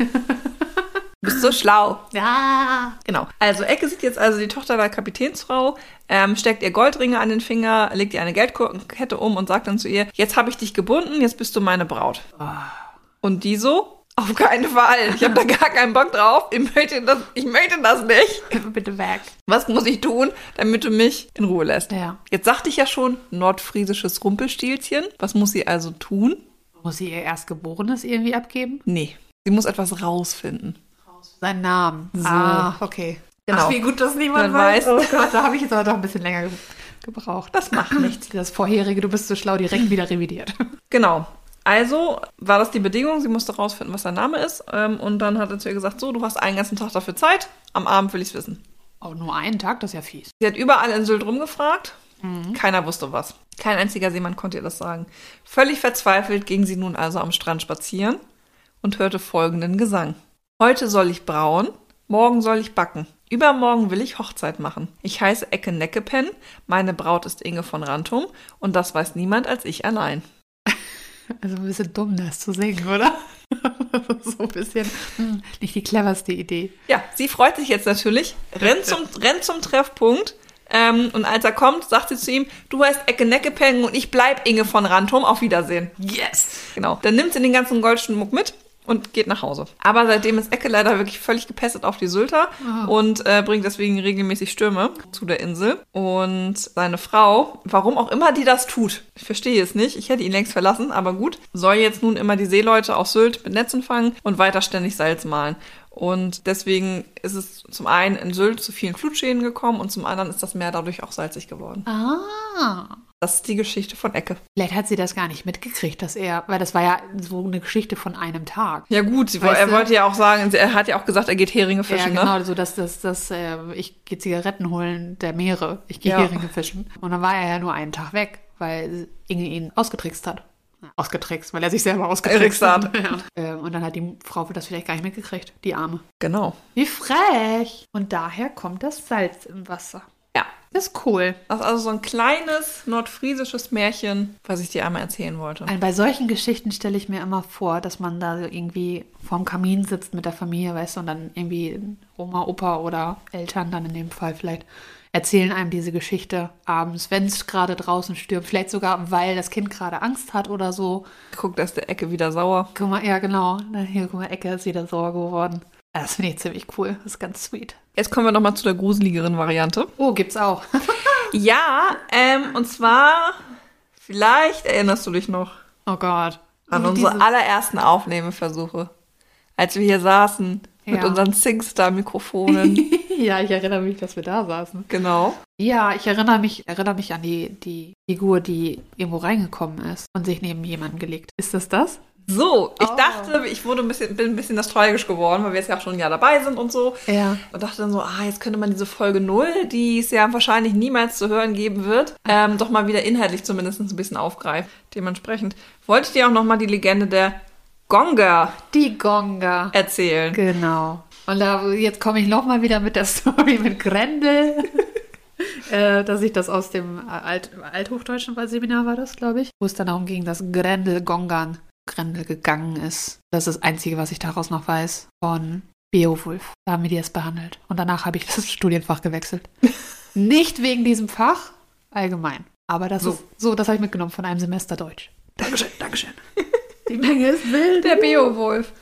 Speaker 1: bist du schlau.
Speaker 2: ja.
Speaker 1: Genau. Also Ecke sieht jetzt also die Tochter der Kapitänsfrau, ähm, steckt ihr Goldringe an den Finger, legt ihr eine Geldkette um und sagt dann zu ihr, jetzt habe ich dich gebunden, jetzt bist du meine Braut. Und die so, auf keinen Fall, ich habe da gar keinen Bock drauf, ich möchte, das, ich möchte das nicht.
Speaker 2: Bitte weg.
Speaker 1: Was muss ich tun, damit du mich in Ruhe lässt?
Speaker 2: Ja.
Speaker 1: Jetzt sagte ich ja schon, nordfriesisches Rumpelstilzchen. Was muss sie also tun?
Speaker 2: Muss sie ihr Erstgeborenes irgendwie abgeben?
Speaker 1: Nee, sie muss etwas rausfinden.
Speaker 2: Seinen Namen.
Speaker 1: So.
Speaker 2: Ah, okay.
Speaker 1: Genau.
Speaker 2: Ach, wie gut, dass niemand
Speaker 1: Man
Speaker 2: weiß.
Speaker 1: weiß.
Speaker 2: Oh Gott, da habe ich jetzt aber doch ein bisschen länger ge- gebraucht.
Speaker 1: Das macht nichts.
Speaker 2: Das vorherige, du bist so schlau, direkt wieder revidiert.
Speaker 1: Genau. Also war das die Bedingung, sie musste rausfinden, was sein Name ist. Ähm, und dann hat er zu ihr gesagt, so, du hast einen ganzen Tag dafür Zeit, am Abend will ich es wissen.
Speaker 2: Oh, nur einen Tag, das ist ja fies.
Speaker 1: Sie hat überall in Sylt rumgefragt, keiner wusste was. Kein einziger Seemann konnte ihr das sagen. Völlig verzweifelt ging sie nun also am Strand spazieren und hörte folgenden Gesang. Heute soll ich brauen, morgen soll ich backen, übermorgen will ich Hochzeit machen. Ich heiße Ecke Neckepen, meine Braut ist Inge von Rantum und das weiß niemand als ich allein.
Speaker 2: Also ein bisschen dumm, das zu singen, oder? so ein bisschen hm, nicht die cleverste Idee.
Speaker 1: Ja, sie freut sich jetzt natürlich, rennt zum, rennt zum Treffpunkt. Ähm, und als er kommt, sagt sie zu ihm, du heißt Ecke Neckepeng und ich bleib Inge von Rantum. Auf Wiedersehen.
Speaker 2: Yes!
Speaker 1: Genau. Dann nimmt sie den ganzen Goldschmuck mit und geht nach Hause. Aber seitdem ist Ecke leider wirklich völlig gepestet auf die Sylter und äh, bringt deswegen regelmäßig Stürme zu der Insel. Und seine Frau, warum auch immer die das tut, ich verstehe es nicht, ich hätte ihn längst verlassen, aber gut, soll jetzt nun immer die Seeleute auf Sylt mit Netzen fangen und weiter ständig Salz mahlen. Und deswegen ist es zum einen in Sylt zu vielen Flutschäden gekommen und zum anderen ist das Meer dadurch auch salzig geworden.
Speaker 2: Ah.
Speaker 1: Das ist die Geschichte von Ecke.
Speaker 2: Vielleicht hat sie das gar nicht mitgekriegt, dass er, weil das war ja so eine Geschichte von einem Tag.
Speaker 1: Ja gut, sie,
Speaker 2: Weißt
Speaker 1: er
Speaker 2: du?
Speaker 1: wollte ja auch sagen, er hat ja auch gesagt, er geht Heringe
Speaker 2: Ja,
Speaker 1: fischen, ne?
Speaker 2: genau, so dass das, das, äh, ich gehe Zigaretten holen der Meere, ich gehe
Speaker 1: Ja.
Speaker 2: Heringe fischen. Und dann war er ja nur einen Tag weg, weil Inge ihn ausgetrickst hat. Ausgetrickst, weil er sich selber ausgetrickst hat. Ja. Ähm, Und dann hat die Frau das vielleicht gar nicht mitgekriegt, die Arme.
Speaker 1: Genau.
Speaker 2: Wie frech! Und daher kommt das Salz im Wasser.
Speaker 1: Ja.
Speaker 2: Das ist cool.
Speaker 1: Das ist also so ein kleines nordfriesisches Märchen, was ich dir einmal erzählen wollte.
Speaker 2: Ein- Bei solchen Geschichten stelle ich mir immer vor, dass man da so irgendwie vorm Kamin sitzt mit der Familie, weißt du, und dann irgendwie Oma, Opa oder Eltern dann in dem Fall vielleicht erzählen einem diese Geschichte abends, wenn es gerade draußen stürmt, vielleicht sogar, weil das Kind gerade Angst hat oder so.
Speaker 1: Guck, da ist der Ecke wieder sauer.
Speaker 2: Guck mal, ja genau, Na, hier, guck mal, Ecke ist wieder sauer geworden. Ah, Das finde ich ziemlich cool, das ist ganz sweet.
Speaker 1: Jetzt kommen wir nochmal zu der gruseligeren Variante.
Speaker 2: Oh, gibt's auch.
Speaker 1: Ja, ähm, und zwar, vielleicht erinnerst du dich noch
Speaker 2: oh Gott.
Speaker 1: an
Speaker 2: Wie
Speaker 1: unsere
Speaker 2: diese-
Speaker 1: allerersten Aufnahmeversuche, als wir hier saßen mit
Speaker 2: Ja.
Speaker 1: unseren Singstar-Mikrofonen.
Speaker 2: ja, ich erinnere mich, dass wir da saßen.
Speaker 1: genau.
Speaker 2: Ja, ich erinnere mich, erinnere mich an die, die Figur, die irgendwo reingekommen ist und sich neben jemanden gelegt. Ist das das?
Speaker 1: So, ich
Speaker 2: Oh.
Speaker 1: dachte, ich wurde ein bisschen, bin ein bisschen nostalgisch geworden, weil wir jetzt ja auch schon ein Jahr dabei sind und so.
Speaker 2: Ja.
Speaker 1: Und dachte dann so, ah, jetzt könnte man diese Folge 0, die es ja wahrscheinlich niemals zu hören geben wird, ähm, doch mal wieder inhaltlich zumindest ein bisschen aufgreifen. Dementsprechend wollte ich dir auch nochmal die Legende der Gonga
Speaker 2: Die Gonga.
Speaker 1: erzählen.
Speaker 2: Genau. Und da, jetzt komme ich nochmal wieder mit der Story mit Grendel. äh, dass ich das aus dem Alt althochdeutschen Seminar war das, glaube ich, wo es dann darum ging, dass Grendel Gongan Grendel gegangen ist. Das ist das Einzige, was ich daraus noch weiß von Beowulf. Da haben wir die erst behandelt. Und danach habe ich das Studienfach gewechselt. Nicht wegen diesem Fach, allgemein. Aber das
Speaker 1: So.
Speaker 2: ist so, das habe ich mitgenommen von einem Semester Deutsch.
Speaker 1: Dankeschön, Dankeschön.
Speaker 2: Die Menge ist wild.
Speaker 1: Der Beowulf.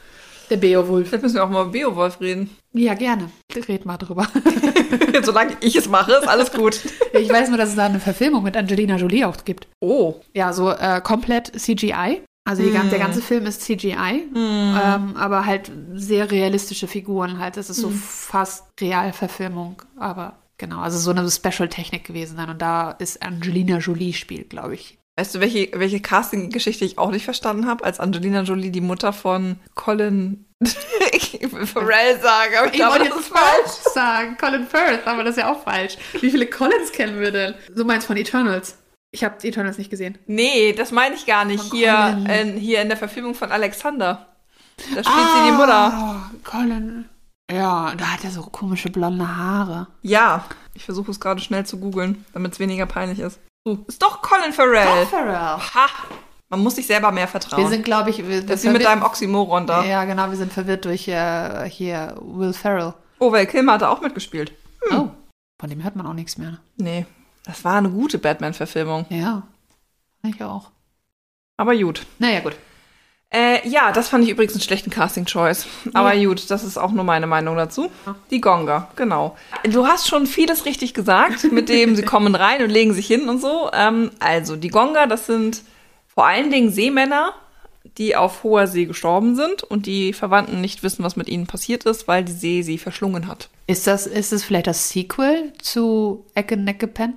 Speaker 2: Der Beowulf.
Speaker 1: Vielleicht müssen wir auch mal über Beowulf reden.
Speaker 2: Ja, gerne. Red mal drüber.
Speaker 1: Solange ich es mache, ist alles gut.
Speaker 2: Ich weiß nur, dass es da eine Verfilmung mit Angelina Jolie auch gibt.
Speaker 1: Oh.
Speaker 2: Ja, so äh, komplett CGI. Also die gan- der ganze Film ist CGI, ähm, aber halt sehr realistische Figuren. Halt, das ist so fast Realverfilmung, aber genau, also so eine Special-Technik gewesen sein. Und da ist Angelina Jolie spielt, glaube ich.
Speaker 1: Weißt du, welche, welche Casting-Geschichte ich auch nicht verstanden habe? Als Angelina Jolie die Mutter von Colin Farrell sagen. Aber ich glaube, das ist falsch.
Speaker 2: sagen, Colin Firth, aber das ist ja auch falsch. Wie viele Collins kennen wir denn? So meins von Eternals. Ich habe Eternals nicht gesehen.
Speaker 1: Nee, das meine ich gar nicht.
Speaker 2: Von
Speaker 1: Hier
Speaker 2: Colin. Ah.
Speaker 1: in, hier in der Verfilmung von Alexander. Da spielt sie die Mutter.
Speaker 2: Colin. Ja, da hat er so komische blonde Haare.
Speaker 1: Ja, ich versuche es gerade schnell zu googeln, damit es weniger peinlich ist. Uh, ist doch Colin Farrell.
Speaker 2: Farrell.
Speaker 1: Ha! Man muss sich selber mehr vertrauen.
Speaker 2: Wir sind, glaube ich, wir,
Speaker 1: das ist wie mit deinem Oxymoron da.
Speaker 2: Ja, genau, wir sind verwirrt durch äh, hier Will Ferrell.
Speaker 1: Oh, weil Kilmer hat da auch mitgespielt. Hm.
Speaker 2: Oh, von dem hört man auch nichts mehr.
Speaker 1: Nee, das war eine gute Batman-Verfilmung.
Speaker 2: Ja, ich auch.
Speaker 1: Aber gut.
Speaker 2: Naja, gut.
Speaker 1: Äh, ja, das fand ich übrigens einen schlechten Casting-Choice. Aber gut, das ist auch nur meine Meinung dazu. Die Gonga, genau. Du hast schon vieles richtig gesagt, mit dem sie kommen rein und legen sich hin und so. Ähm, also, die Gonga, das sind vor allen Dingen Seemänner, die auf hoher See gestorben sind und die Verwandten nicht wissen, was mit ihnen passiert ist, weil die See sie verschlungen hat.
Speaker 2: Ist das, ist das vielleicht das Sequel zu Ecke Necke Pen?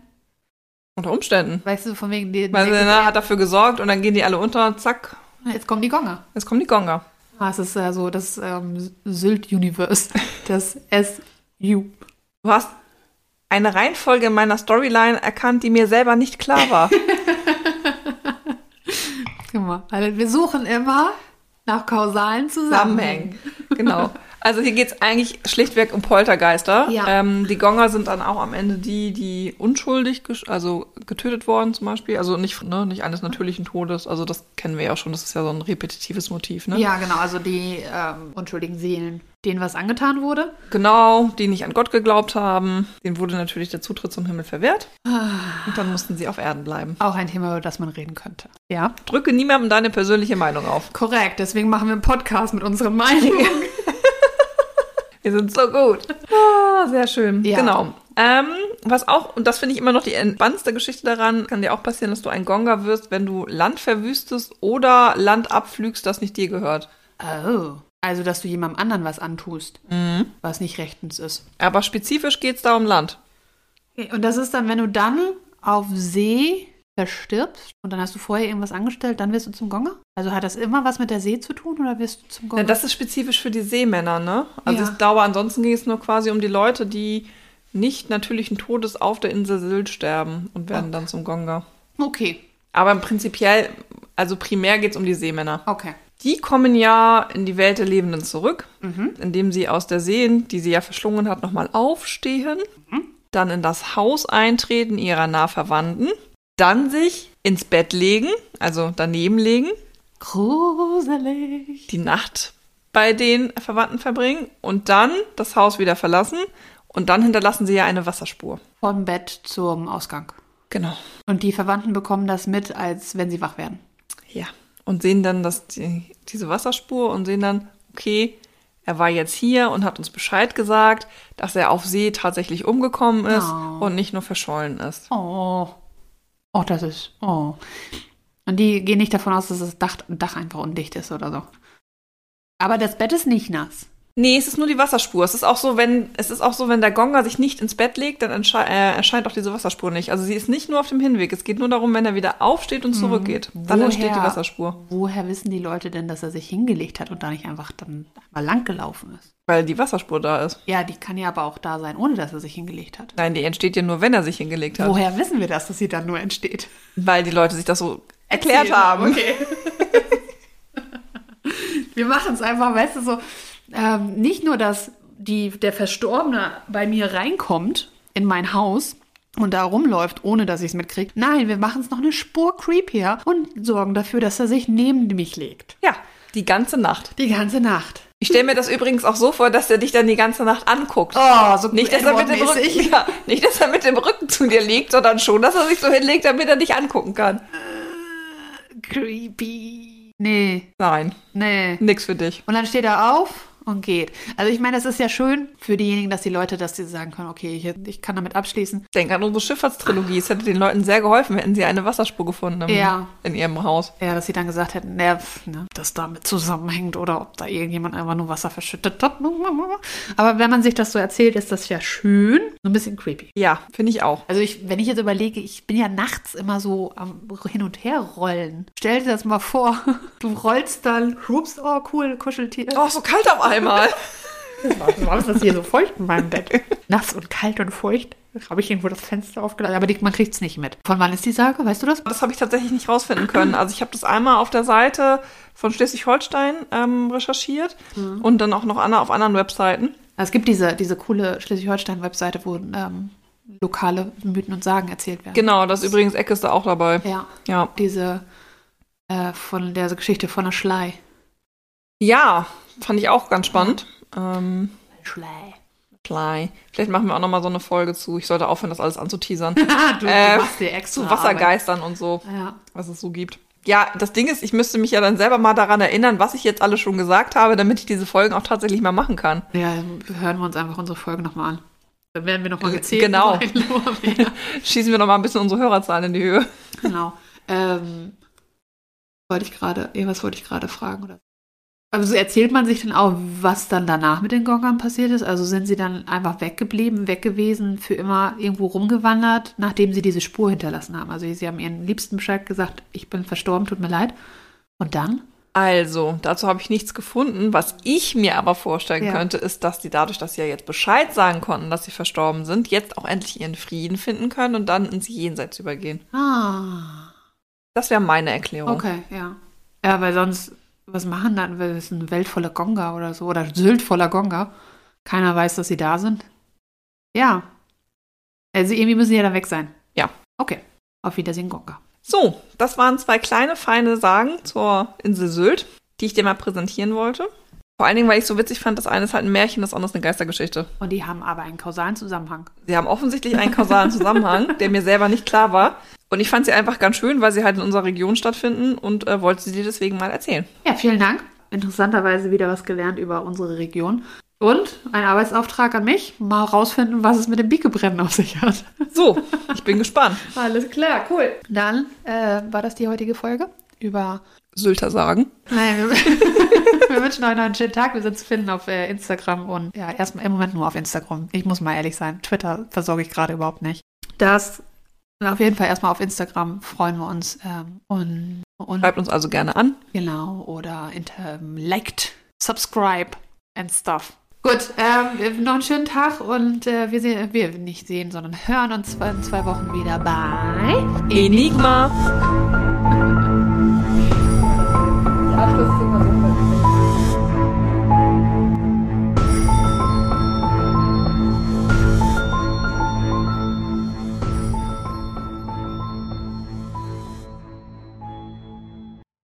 Speaker 1: Unter Umständen.
Speaker 2: Weißt du, von wegen die,
Speaker 1: Weil sie ne, hat dafür gesorgt und dann gehen die alle unter, zack,
Speaker 2: Jetzt kommen die Gonger.
Speaker 1: jetzt kommen die Gonga.
Speaker 2: Ah, es ist ja so das ähm, Sylt-Universe. Das SU.
Speaker 1: Du hast eine Reihenfolge in meiner Storyline erkannt, die mir selber nicht klar war.
Speaker 2: Guck mal. Also wir suchen immer nach kausalen Zusammenhängen.
Speaker 1: Zusammenhängen. genau. Also hier geht's eigentlich schlichtweg um Poltergeister.
Speaker 2: Ja.
Speaker 1: Ähm, die Gonger sind dann auch am Ende die, die unschuldig, gesch- also getötet worden zum Beispiel. Also nicht, ne, nicht eines natürlichen Todes. Also das kennen wir ja auch schon. Das ist ja so ein repetitives Motiv. Ne?
Speaker 2: Ja, genau. Also die ähm, unschuldigen Seelen, denen was angetan wurde.
Speaker 1: Genau, die nicht an Gott geglaubt haben. Denen wurde natürlich der Zutritt zum Himmel verwehrt.
Speaker 2: Ah.
Speaker 1: Und dann mussten sie auf Erden bleiben.
Speaker 2: Auch ein Thema, über das man reden könnte. Ja.
Speaker 1: Drücke niemandem deine persönliche Meinung auf.
Speaker 2: Korrekt. Deswegen machen wir einen Podcast mit unseren Meinungen.
Speaker 1: Wir sind so gut. Ah, sehr schön.
Speaker 2: Ja.
Speaker 1: Genau. Ähm, was auch, und das finde ich immer noch die entspannendste Geschichte daran, kann dir auch passieren, dass du ein Gonga wirst, wenn du Land verwüstest oder Land abflügst, das nicht dir gehört.
Speaker 2: Oh. Also, dass du jemandem anderen was antust,
Speaker 1: Mhm.
Speaker 2: was nicht rechtens ist.
Speaker 1: Aber spezifisch geht's da um Land.
Speaker 2: Und das ist dann, wenn du dann auf See verstirbst und dann hast du vorher irgendwas angestellt, dann wirst du zum Gonger? Also hat das immer was mit der See zu tun oder wirst du zum
Speaker 1: Na,
Speaker 2: Gonger?
Speaker 1: das ist spezifisch für die Seemänner, ne? Also
Speaker 2: Ja.
Speaker 1: ich glaube, ansonsten ging es nur quasi um die Leute, die nicht natürlichen Todes auf der Insel Sylt sterben und werden dann zum Gonga.
Speaker 2: okay,
Speaker 1: Aber im prinzipiell, also primär geht's um die Seemänner.
Speaker 2: okay.
Speaker 1: Die kommen ja in die Welt der Lebenden zurück, indem sie aus der See, die sie ja verschlungen hat, nochmal aufstehen, dann in das Haus eintreten ihrer Nahverwandten, dann sich ins Bett legen, also daneben legen,
Speaker 2: Gruselig.
Speaker 1: die Nacht bei den Verwandten verbringen und dann das Haus wieder verlassen und dann hinterlassen sie ja eine Wasserspur.
Speaker 2: Vom Bett zum Ausgang.
Speaker 1: Genau.
Speaker 2: Und die Verwandten bekommen das mit, als wenn sie wach werden.
Speaker 1: Ja. Und sehen dann dass die, diese Wasserspur und sehen dann, okay, er war jetzt hier und hat uns Bescheid gesagt, dass er auf See tatsächlich umgekommen ist
Speaker 2: Oh.
Speaker 1: und nicht nur verschollen ist.
Speaker 2: Oh. Oh, das ist. Oh. Und die gehen nicht davon aus, dass das Dach, Dach einfach undicht ist oder so. Aber das Bett ist nicht nass.
Speaker 1: Nee, es ist nur die Wasserspur. Es ist auch so, wenn, es ist auch so, wenn der Gonga sich nicht ins Bett legt, dann entsche- äh, erscheint auch diese Wasserspur nicht. Also sie ist nicht nur auf dem Hinweg. Es geht nur darum, wenn er wieder aufsteht und zurückgeht. Dann entsteht die
Speaker 2: Hm. Woher-
Speaker 1: Wasserspur.
Speaker 2: Woher wissen die Leute denn, dass er sich hingelegt hat und da nicht einfach dann mal lang gelaufen ist?
Speaker 1: Weil die Wasserspur da ist.
Speaker 2: Ja, die kann ja aber auch da sein, ohne dass er sich hingelegt hat.
Speaker 1: Nein, die entsteht ja nur, wenn er sich hingelegt hat.
Speaker 2: Woher wissen wir das, dass sie dann nur entsteht?
Speaker 1: Weil die Leute sich das so erklärt haben.
Speaker 2: Okay. wir machen es einfach, weißt du, so. Ähm, nicht nur, dass die, der Verstorbene bei mir reinkommt in mein Haus und da rumläuft, ohne dass ich es mitkriege. Nein, wir machen es noch eine Spur creepier und sorgen dafür, dass er sich neben mich legt.
Speaker 1: Ja, die ganze Nacht.
Speaker 2: Die ganze Nacht.
Speaker 1: Ich stelle mir das übrigens auch so vor, dass er dich dann die ganze Nacht anguckt.
Speaker 2: Oh, so
Speaker 1: Nicht dass, er mit dem Rücken,
Speaker 2: Edward-mäßig.
Speaker 1: ja, nicht, dass er mit dem Rücken zu dir liegt, sondern schon, dass er sich so hinlegt, damit er dich angucken kann.
Speaker 2: Creepy. Nee,
Speaker 1: Nein,
Speaker 2: nee.
Speaker 1: nix für dich.
Speaker 2: Und dann steht er auf und geht. Also ich meine, das ist ja schön für diejenigen, dass die Leute, dass sie sagen können, okay, ich, ich kann damit abschließen.
Speaker 1: Denk an unsere Schifffahrtstrilogie. Es hätte den Leuten sehr geholfen, hätten sie eine Wasserspur gefunden im,
Speaker 2: Ja.
Speaker 1: in ihrem Haus.
Speaker 2: Ja, dass sie dann gesagt hätten, ne, pf, ne, ob das damit zusammenhängt oder ob da irgendjemand einfach nur Wasser verschüttet hat. Aber wenn man sich das so erzählt, ist das ja schön. So ein bisschen creepy.
Speaker 1: Ja, finde ich auch.
Speaker 2: Also ich, wenn ich jetzt überlege, ich bin ja nachts immer so am hin und her rollen. Stell dir das mal vor, du rollst dann, rupst, oh cool, Kuscheltier. Oh,
Speaker 1: Oh, so kalt auf einmal.
Speaker 2: Warum ist das hier so feucht in meinem Bett? Nass und kalt und feucht. Habe ich irgendwo das Fenster aufgelassen, aber die, man kriegt es nicht mit. Von wann ist die Sage? Weißt du das?
Speaker 1: Das habe ich tatsächlich nicht rausfinden können. Also ich habe das einmal auf der
Speaker 2: Mhm.
Speaker 1: Seite von Schleswig-Holstein ähm, recherchiert und dann auch noch an, auf anderen Webseiten.
Speaker 2: Also Es gibt diese, diese coole Schleswig-Holstein-Webseite, wo ähm, lokale Mythen und Sagen erzählt werden.
Speaker 1: Genau, das übrigens Eck ist da auch dabei.
Speaker 2: Ja,
Speaker 1: Ja.
Speaker 2: diese äh, von der Geschichte von der Schlei.
Speaker 1: Ja, fand ich auch ganz spannend. Ähm,
Speaker 2: Schlei.
Speaker 1: Schlei. Vielleicht machen wir auch nochmal so eine Folge zu. Ich sollte aufhören, das alles anzuteasern.
Speaker 2: du,
Speaker 1: Äh,
Speaker 2: du machst dir extra
Speaker 1: Zu
Speaker 2: Arbeit.
Speaker 1: Wassergeistern und so,
Speaker 2: Ja.
Speaker 1: was es so gibt. Ja, das Ding ist, ich müsste mich ja dann selber mal daran erinnern, was ich jetzt alles schon gesagt habe, damit ich diese Folgen auch tatsächlich mal machen kann.
Speaker 2: ja, hören wir uns einfach unsere Folge nochmal an. Dann werden wir nochmal gezählt.
Speaker 1: Genau.
Speaker 2: Lorbeer.
Speaker 1: Schießen wir nochmal ein bisschen unsere Hörerzahlen in die Höhe.
Speaker 2: genau. Ähm, wollte ich gerade, irgendwas wollte ich gerade fragen. Oder? Aber so erzählt man sich dann auch, was dann danach mit den Gongern passiert ist? Also sind sie dann einfach weggeblieben, weg gewesen, für immer irgendwo rumgewandert, nachdem sie diese Spur hinterlassen haben? Also sie haben ihren Liebsten Bescheid gesagt, ich bin verstorben, tut mir leid. Und dann?
Speaker 1: Also, dazu habe ich nichts gefunden. Was ich mir aber vorstellen
Speaker 2: Ja.
Speaker 1: könnte, ist, dass die dadurch, dass sie ja jetzt Bescheid sagen konnten, dass sie verstorben sind, jetzt auch endlich ihren Frieden finden können und dann ins Jenseits übergehen.
Speaker 2: Ah,
Speaker 1: Das wäre meine Erklärung.
Speaker 2: okay, ja. Ja, weil sonst, was machen dann? Weil es ist eine Welt voller Gonga oder so, oder Sylt voller Gonga. Keiner weiß, dass sie da sind. Ja. Also irgendwie müssen die ja dann weg sein.
Speaker 1: Ja.
Speaker 2: Okay. Auf Wiedersehen, Gonga.
Speaker 1: So, das waren zwei kleine, feine Sagen zur Insel Sylt, die ich dir mal präsentieren wollte. Vor allen Dingen, weil ich so witzig fand, das eine ist halt ein Märchen, das andere ist eine Geistergeschichte.
Speaker 2: Und die haben aber einen kausalen Zusammenhang.
Speaker 1: Sie haben offensichtlich einen kausalen Zusammenhang, der mir selber nicht klar war. Und ich fand sie einfach ganz schön, weil sie halt in unserer Region stattfinden und äh, wollte sie dir deswegen mal erzählen.
Speaker 2: Ja, vielen Dank. Interessanterweise wieder was gelernt über unsere Region. Und ein Arbeitsauftrag an mich, mal rausfinden, was es mit dem Biekebrennen auf sich hat.
Speaker 1: So, ich bin gespannt.
Speaker 2: Alles klar, cool. Dann äh, war das die heutige Folge über
Speaker 1: Sylter sagen.
Speaker 2: Nein, wir, wir wünschen euch noch einen schönen Tag. Wir sind zu finden auf äh, Instagram und ja, erstmal im Moment nur auf Instagram. Ich muss mal ehrlich sein, Twitter versorge ich gerade überhaupt nicht. Das auf jeden Fall erstmal auf Instagram freuen wir uns ähm, und, und
Speaker 1: Schreibt uns also gerne an.
Speaker 2: genau oder inter, liked, subscribe and stuff. Gut, ähm, noch einen schönen Tag und äh, wir sehen, wir nicht sehen, sondern hören uns in zwei Wochen wieder. Bye.
Speaker 1: Enigma.
Speaker 2: Abschluss immer so.